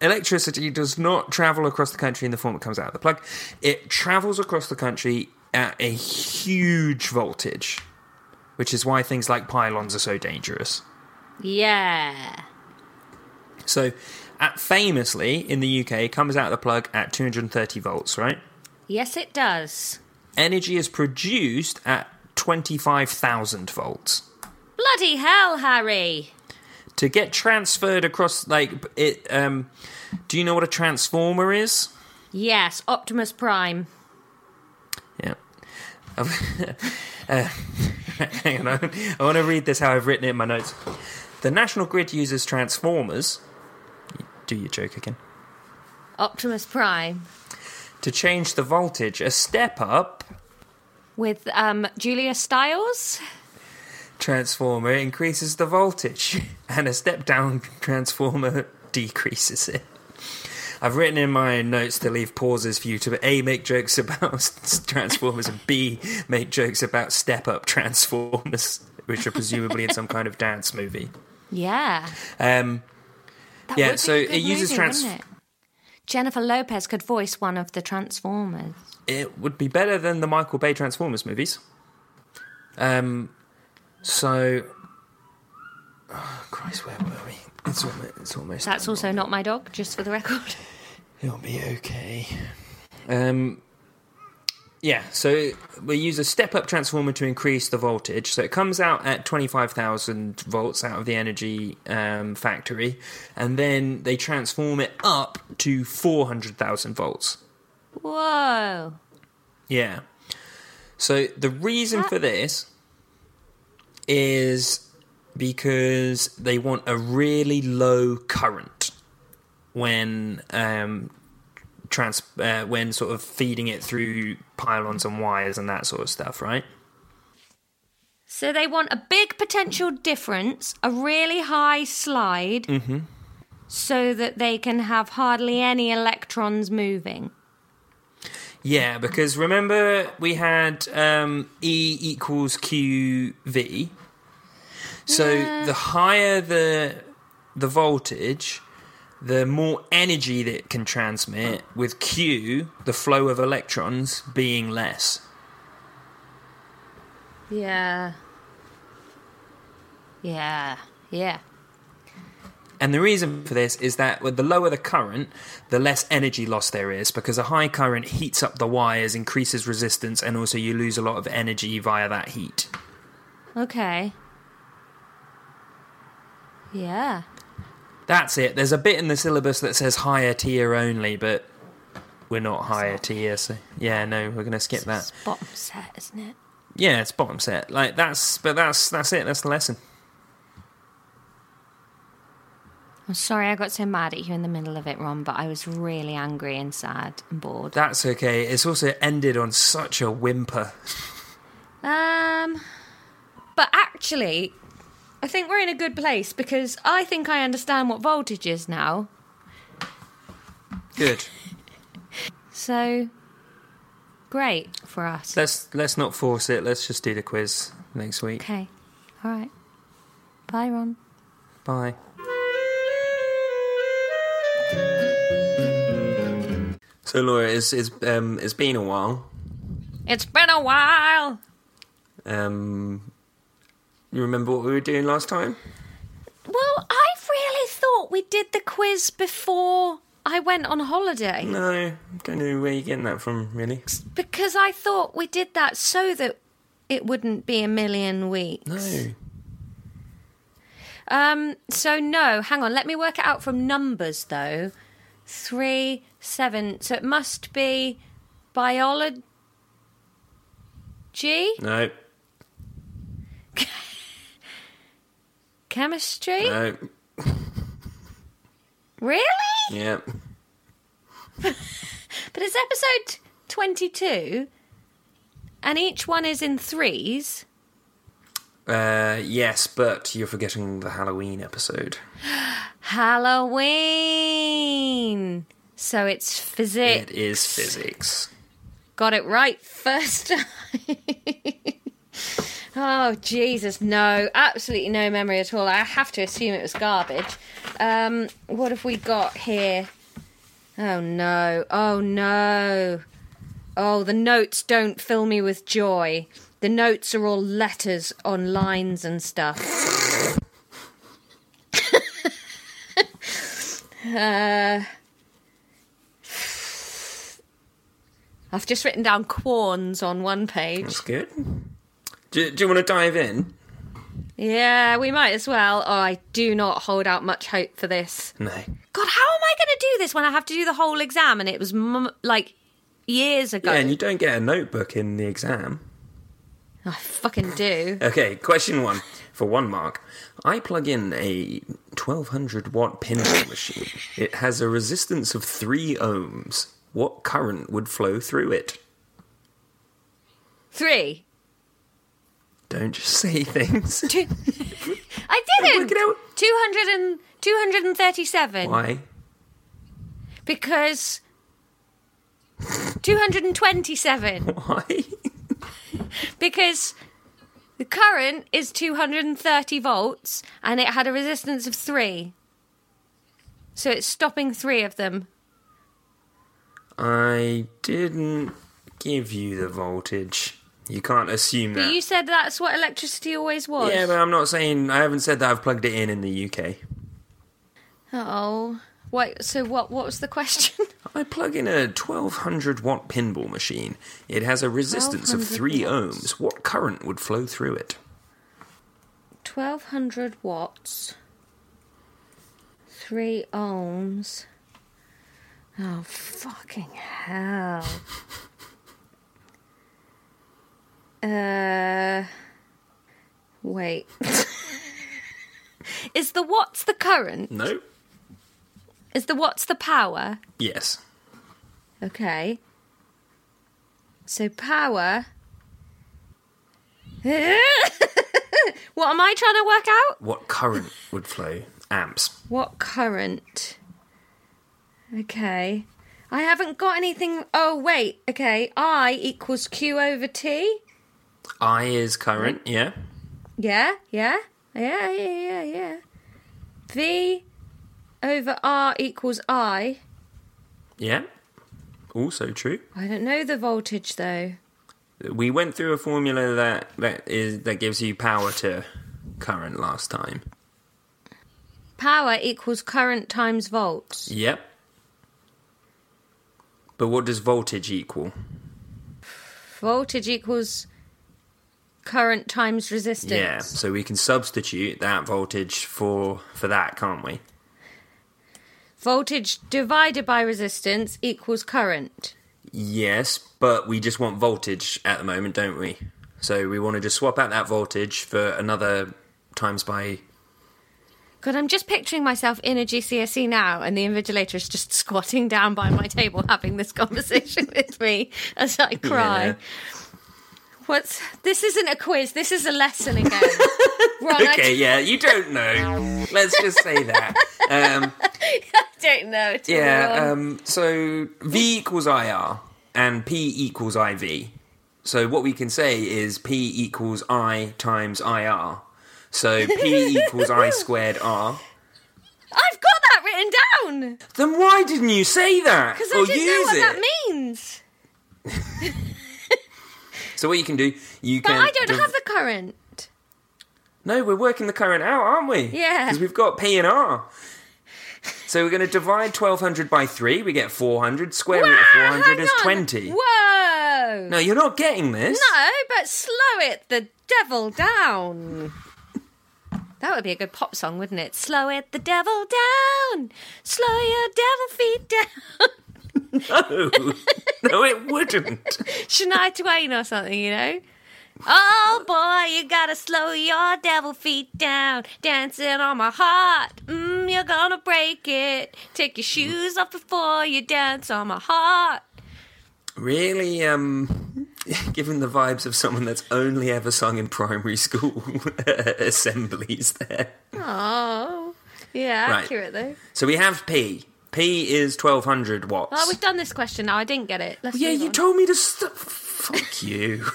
electricity does not travel across the country in the form it comes out of the plug. It travels across the country at a huge voltage, which is why things like pylons are so dangerous.
Yeah.
So, at famously in the UK, it comes out of the plug at 230 volts, right?
Yes, it does.
Energy is produced at 25,000 volts.
Bloody hell, Harry.
To get transferred across, like, it, um, do you know what a transformer is?
Yes, Optimus Prime.
Yeah. Um, uh, hang on, I want to read this how I've written it in my notes. The National Grid uses transformers. Do your joke again.
Optimus Prime.
To change the voltage, a step up
With um, Julia Stiles?
transformer increases the voltage, and a step down transformer decreases it. I've written in my notes to leave pauses for you to a make jokes about transformers and b make jokes about step up transformers, which are presumably in some kind of dance movie.
Yeah.
Um,
That
Yeah,
would be
so
a
it
good
uses
movie,
trans-
wouldn't it? Jennifer Lopez could voice one of the Transformers.
it would be better than the Michael Bay Transformers movies. Um, so, oh, Christ, where were we? It's almost. It's almost
That's also not my dog, just for the record.
It'll be okay. Um, yeah, so we use a step up transformer to increase the voltage. So it comes out at 25,000 volts out of the energy um, factory, and then they transform it up to 400,000 volts.
Whoa.
Yeah. So the reason for this is because they want a really low current when um, trans uh, when sort of feeding it through pylons and wires and that sort of stuff, right?
So they want a big potential difference, a really high slide,
Mm-hmm.
so that they can have hardly any electrons moving.
Yeah, because remember we had um, E equals QV. So the higher the the voltage, the more energy that it can transmit. With Q, the flow of electrons being less.
Yeah. Yeah. Yeah.
And the reason for this is that with the lower the current, the less energy loss there is because a high current heats up the wires, increases resistance, and also you lose a lot of energy via that heat.
Okay. Yeah.
That's it. There's a bit in the syllabus that says higher tier only, but we're not higher tier, so yeah, no, we're gonna skip that.
It's bottom set, isn't it?
Yeah, it's bottom set. Like that's but that's that's it, that's the lesson.
I'm sorry I got so mad at you in the middle of it, Ron, but I was really angry and sad and bored.
That's okay. It's also ended on such a whimper.
Um, but actually, I think we're in a good place because I think I understand what voltage is now.
Good.
So, great for us.
Let's let's not force it, let's just do the quiz next week.
Okay. All right. Bye, Ron.
Bye. So Laura, it's it's um it's been a while.
It's been a while.
Um you remember what we were doing last time?
Well, I really thought we did the quiz before I went on holiday
No, don't know where you're getting that from, really.
because I thought we did that so that it wouldn't be a million weeks.
No.
Um, so no, hang on. Let me work it out from numbers though. Three, seven. So it must be biology.
No.
Chemistry?
No.
Really?
Yeah.
But it's episode 22, and each one is in threes.
Uh, yes, but you're forgetting the Halloween episode.
Halloween! So it's physics.
It is physics.
Got it right first time. Oh, Jesus, no. Absolutely no memory at all. I have to assume it was garbage. Um, what have we got here? Oh, no. Oh, no. Oh, the notes don't fill me with joy. The notes are all letters on lines and stuff. uh, I've just written down corns on one page.
That's good. Do, do you want to dive in?
Yeah, we might as well. Oh, I do not hold out much hope for this.
No.
God, how am I going to do this when I have to do the whole exam and it was m- like years ago?
Yeah, and you don't get a notebook in the exam.
I fucking do.
Okay, question one for one mark. I plug in a 1200 watt pinball machine. It has a resistance of three ohms. What current would flow through it?
Three.
Don't just say things.
Two. I
Work
didn't.
it out.
200 and, 237.
Why?
Because. 227.
Why?
Because the current is 230 volts and it had a resistance of three. So it's stopping three of them.
I didn't give you the voltage. You can't assume
But
that.
you said that's what electricity always was.
Yeah, but I'm not saying I haven't said that I've plugged it in in the UK.
Oh. Wait, so what what was the question?
I plug in a 1200 watt pinball machine. It has a resistance of 3 ohms. What current would flow through it?
1200 watts. 3 ohms. Oh fucking hell. Uh wait. Is the watts the current?
No?
Is the watts the power?
Yes.
Okay. So power. what am I trying to work out?
What current would flow? Amps.
What current? Okay. I haven't got anything. Oh, wait. Okay. I equals Q over T.
I is current, yeah?
Yeah, yeah, yeah, yeah, yeah, yeah. V over R equals I.
Yeah? Also true.
I don't know the voltage though.
We went through a formula that, that is that gives you power to current last time.
Power equals current times volts.
Yep. But what does voltage equal?
Voltage equals current times resistance.
Yeah, so we can substitute that voltage for for that, can't we?
Voltage divided by resistance equals current.
Yes, but we just want voltage at the moment, don't we? So we want to just swap out that voltage for another times by.
God, I'm just picturing myself in a GCSE E now, and the invigilator is just squatting down by my table having this conversation with me as I cry.
Yeah.
What's this? Isn't a quiz. This is a lesson again. Ron, I
Okay, yeah, you don't know. Let's just say that. Um,
don't know. at all, Ron.
yeah, um, so V equals IR and P equals IV. So what we can say is P equals I times IR. So P equals I squared R.
I've got that written down
Then why didn't you say that?
because
or
I didn't know
Oh, use
what
it?
that means.
So what you can do, you
But
can.
I don't
div-
have the current.
No, we're working the current out, aren't we?
Yeah.
Because we've got P and R. So we're going to divide 1200 by 3, we get 400. Square root of
Wow,
400
hang
is
on.
20.
Whoa!
No, you're not getting this.
No, but slow it the devil down. That would be a good pop song, wouldn't it? Slow it the devil down. Slow your devil feet down.
No, no it wouldn't.
Shania Twain or something, you know? Oh boy, you gotta slow your devil feet down. Dancing on my heart. Mm, you're gonna break it. Take your shoes off before you dance on my heart.
Really, um, given the vibes of someone that's only ever sung in primary school assemblies there.
Oh. Yeah,
Right.
accurate though.
So we have P. P is 1200 watts.
Oh, we've done this question now. I didn't get it. Let's
yeah,
move
you
on.
told me to stop. Fuck you.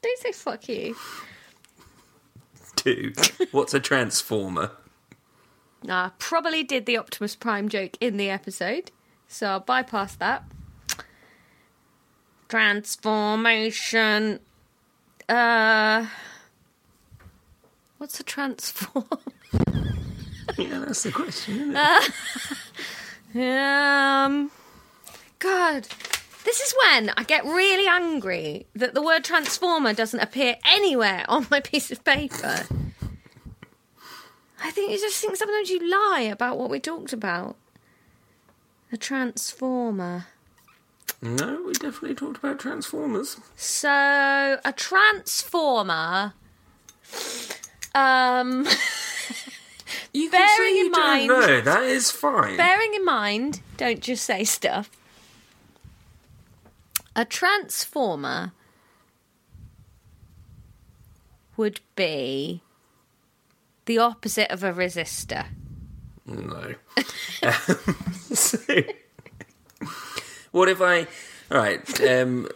Don't say fuck you.
Two. What's a transformer?
Nah, probably did the Optimus Prime joke in the episode, so I'll bypass that. Transformation. Uh, what's a transform?
Yeah, that's the question. Isn't it?
Uh, um, God, this is when I get really angry that the word transformer doesn't appear anywhere on my piece of paper. I think you just think sometimes you lie about what we talked about. A transformer.
No, we definitely talked about transformers.
So a transformer. Um,
You
Bearing
can say
in
you
mind-
don't know. That is fine.
bearing in mind, don't just say stuff. A transformer would be the opposite of a resistor.
No. Um, so, what if I? All right. Um,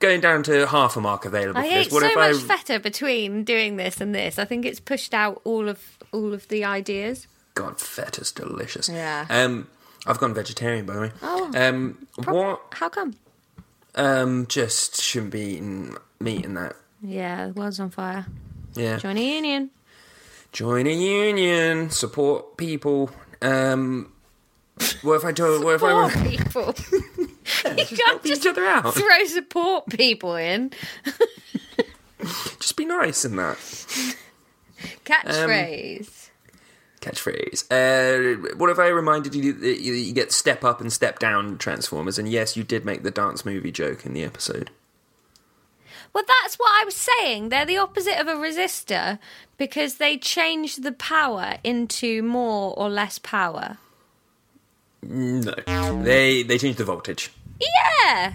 going down to half a mark available.
I
for this.
ate
What
so
if
much
I?
feta between doing this and this. I think it's pushed out all of all of the ideas.
God, feta's delicious.
Yeah.
Um, I've gone vegetarian, by the way.
Oh.
Um, what?
How come?
Um, just shouldn't be eating meat and that.
Yeah, the world's on fire.
Yeah.
Join a union.
Join a union. Support people. Um, what if I do? What if
Poor
I?
people. you can't
Help
just
each other out.
throw support people in.
Just be nice in that. Um,
Catchphrase.
catchphrase. Uh, what if I reminded you that you you get step up and step down Transformers? And yes, you did make the dance movie joke in the episode.
well, that's what I was saying. They're the opposite of a resistor because they change the power into more or less power.
No, they they changed the voltage.
Yeah.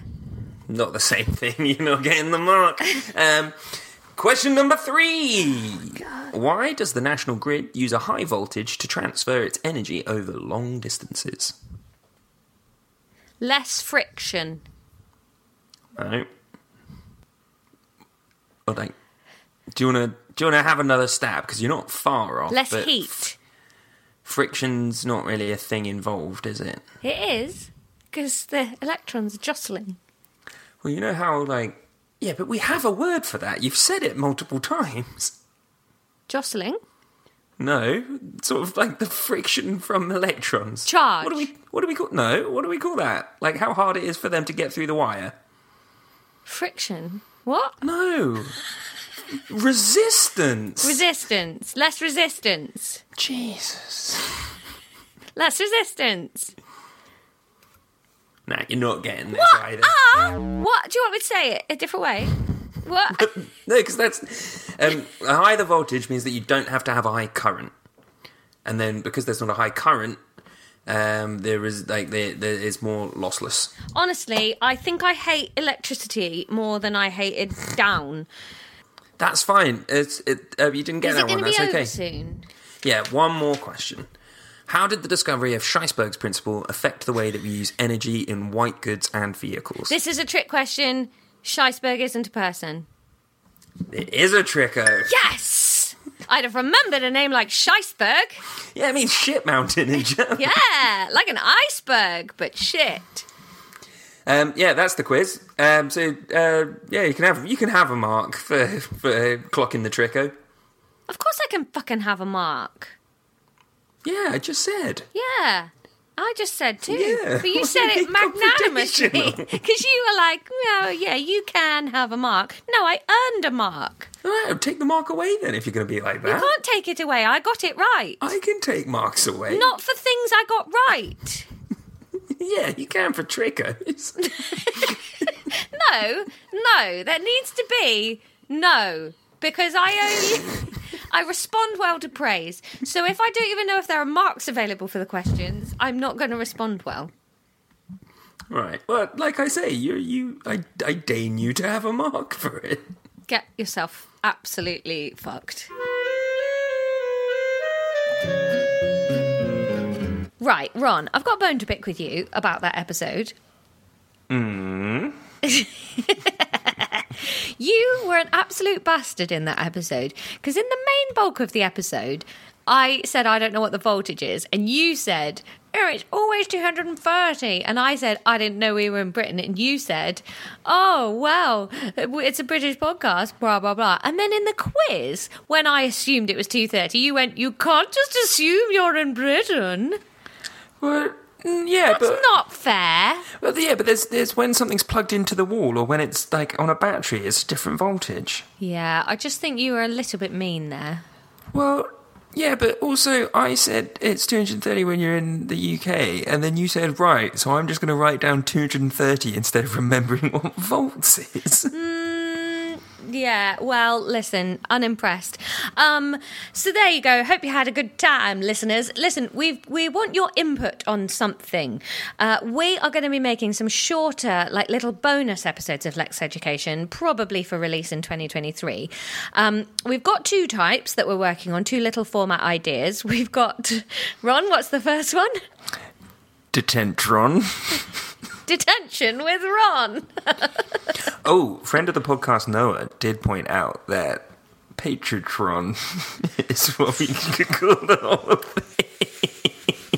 Not the same thing. You're not getting the mark. Um, question number three: Why does the national grid use a high voltage to transfer its energy over long distances?
Less friction.
No. Oh, dang. Do you wanna do you wanna have another stab? Because you're not far off.
Less
but
heat.
friction's not really a thing involved, is it?
It is because the electrons are jostling.
Well, you know how, like, yeah, but we have a word for that. You've said it multiple times.
Jostling?
No, sort of like the friction from electrons.
Charge.
What do we? What do we call? No, what do we call that? Like how hard it is for them to get through the wire.
Friction. What?
No. Resistance.
Resistance. Less resistance.
Jesus.
Less resistance.
Nah, you're not getting this
What
either.
are? Ah! What do you want me to say it a different way? What?
No, because that's um, a higher the voltage means that you don't have to have a high current, and then because there's not a high current, um, there is like there, there is more lossless.
Honestly, I think I hate electricity more than I hated down.
That's fine. It's it, uh, you didn't get
Is it
that
going to
one.
be
That's
over
okay.
soon?
Yeah, one more question. How did the discovery of Scheisberg's principle affect the way that we use energy in white goods and vehicles?
This is a trick question. Scheisberg isn't a person.
it is a tricko.
Yes! I'd have remembered a name like Scheisberg.
Yeah, it means shit mountain in German.
Yeah, like an iceberg, but shit.
Um, yeah, that's the quiz. Um, so uh, yeah, you can have you can have a mark for for clocking the tricko.
Of course I can fucking have a mark.
Yeah, I just said.
Yeah. I just said too.
Yeah.
But you
Why
said
are
it
they
magnanimously.
confrontational?
Because you were like, well, yeah, you can have a mark. No, I earned a mark.
All right, take the mark away then if you're going to be like that.
Can't take it away. I got it right.
I can take marks away.
Not for things I got right.
Yeah, you can for trickos.
No, no, there needs to be no because I only I respond well to praise. So if I don't even know if there are marks available for the questions, I'm not going to respond well.
right. Well, like I say, you you I, I deign you to have a mark for it.
Get yourself absolutely fucked. Right, Ron, I've got a bone to pick with you about that episode. You were an absolute bastard in that episode because in the main bulk of the episode, I said I don't know what the voltage is, and you said. "Oh, It's always 230. And I said, I didn't know we were in Britain. And you said, oh, well, it's a British podcast, blah, blah, blah. And then in the quiz, when I assumed it was 230, you went, you can't just assume you're in Britain.
Well, mm, yeah,
That's
but,
not fair.
but yeah, but there's there's when something's plugged into the wall or when it's like on a battery, it's a different voltage.
Yeah, I just think you were a little bit mean there.
Well, yeah, but also I said it's 230 when you're in the UK, and then you said right, so I'm just going to write down 230 instead of remembering what volts is.
Yeah, well, listen, unimpressed. Um, so there you go. Hope you had a good time, listeners. Listen, we we want your input on something. Uh, we are going to be making some shorter, like little bonus episodes of Lex Education, probably for release in 2023. Um, we've got two types that we're working on, two little format ideas. We've got Ron. What's the first one?
Detentron.
Detention with Ron.
Oh, friend of the podcast Noah did point out that Patrotron is what we could call the whole thing.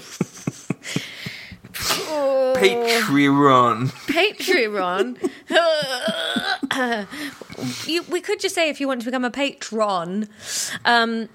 Patreon.
Patreon. you, we could just say if you want to become a patron. Um,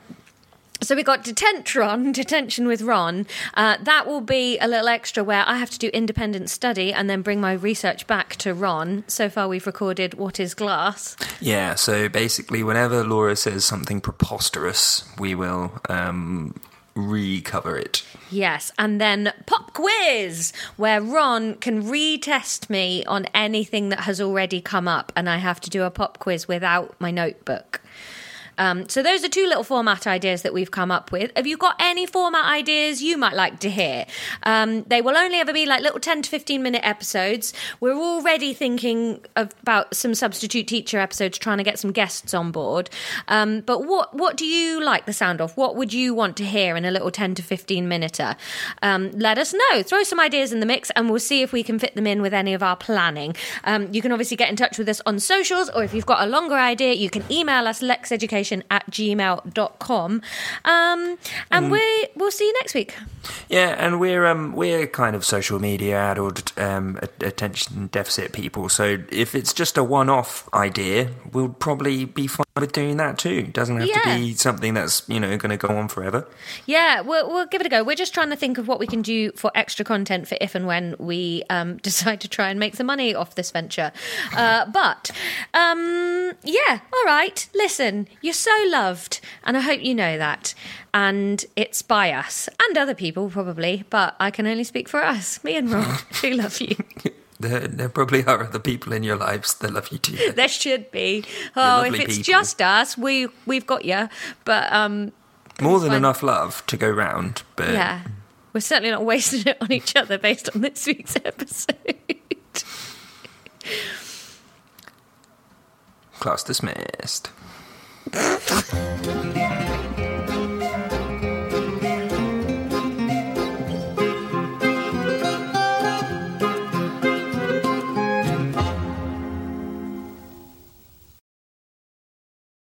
so we got Detentron, Detention with Ron. Uh, that will be a little extra where I have to do independent study and then bring my research back to Ron. So far, we've recorded What is Glass?
Yeah, so basically, whenever Laura says something preposterous, we will um, recover it.
Yes, and then pop quiz, where Ron can retest me on anything that has already come up, and I have to do a pop quiz without my notebook. Um, so those are two little format ideas that we've come up with. Have you got any format ideas you might like to hear? Um, they will only ever be like little ten to fifteen minute episodes. We're already thinking of, about some substitute teacher episodes, trying to get some guests on board. Um, but what what do you like the sound of? What would you want to hear in a little ten to fifteen minuter? Um, let us know. Throw some ideas in the mix, and we'll see if we can fit them in with any of our planning. Um, you can obviously get in touch with us on socials, or if you've got a longer idea, you can email us lexeducation at gmail.com. Um, and we we'll see you next week.
Yeah, and we're um, we're kind of social media addled um, a- attention deficit people. So if it's just a one-off idea, we'll probably be fine with doing that too. Doesn't have
Yeah.
to be something that's you know going to go on forever.
Yeah, we'll, we'll give it a go. We're just trying to think of what we can do for extra content for if and when we um, decide to try and make some money off this venture. Uh, but um, yeah, all right. Listen, you're so loved, and I hope you know that. And it's by us and other people probably, but I can only speak for us. Me and Ron, who love you.
There, there probably are other people in your lives that love you too.
There should be. Oh, if
lovely
it's
people.
just us, we we've got you. But um,
More than
fine.
enough love to go round, but
Yeah. We're certainly not wasting it on each other based on this week's episode.
class dismissed.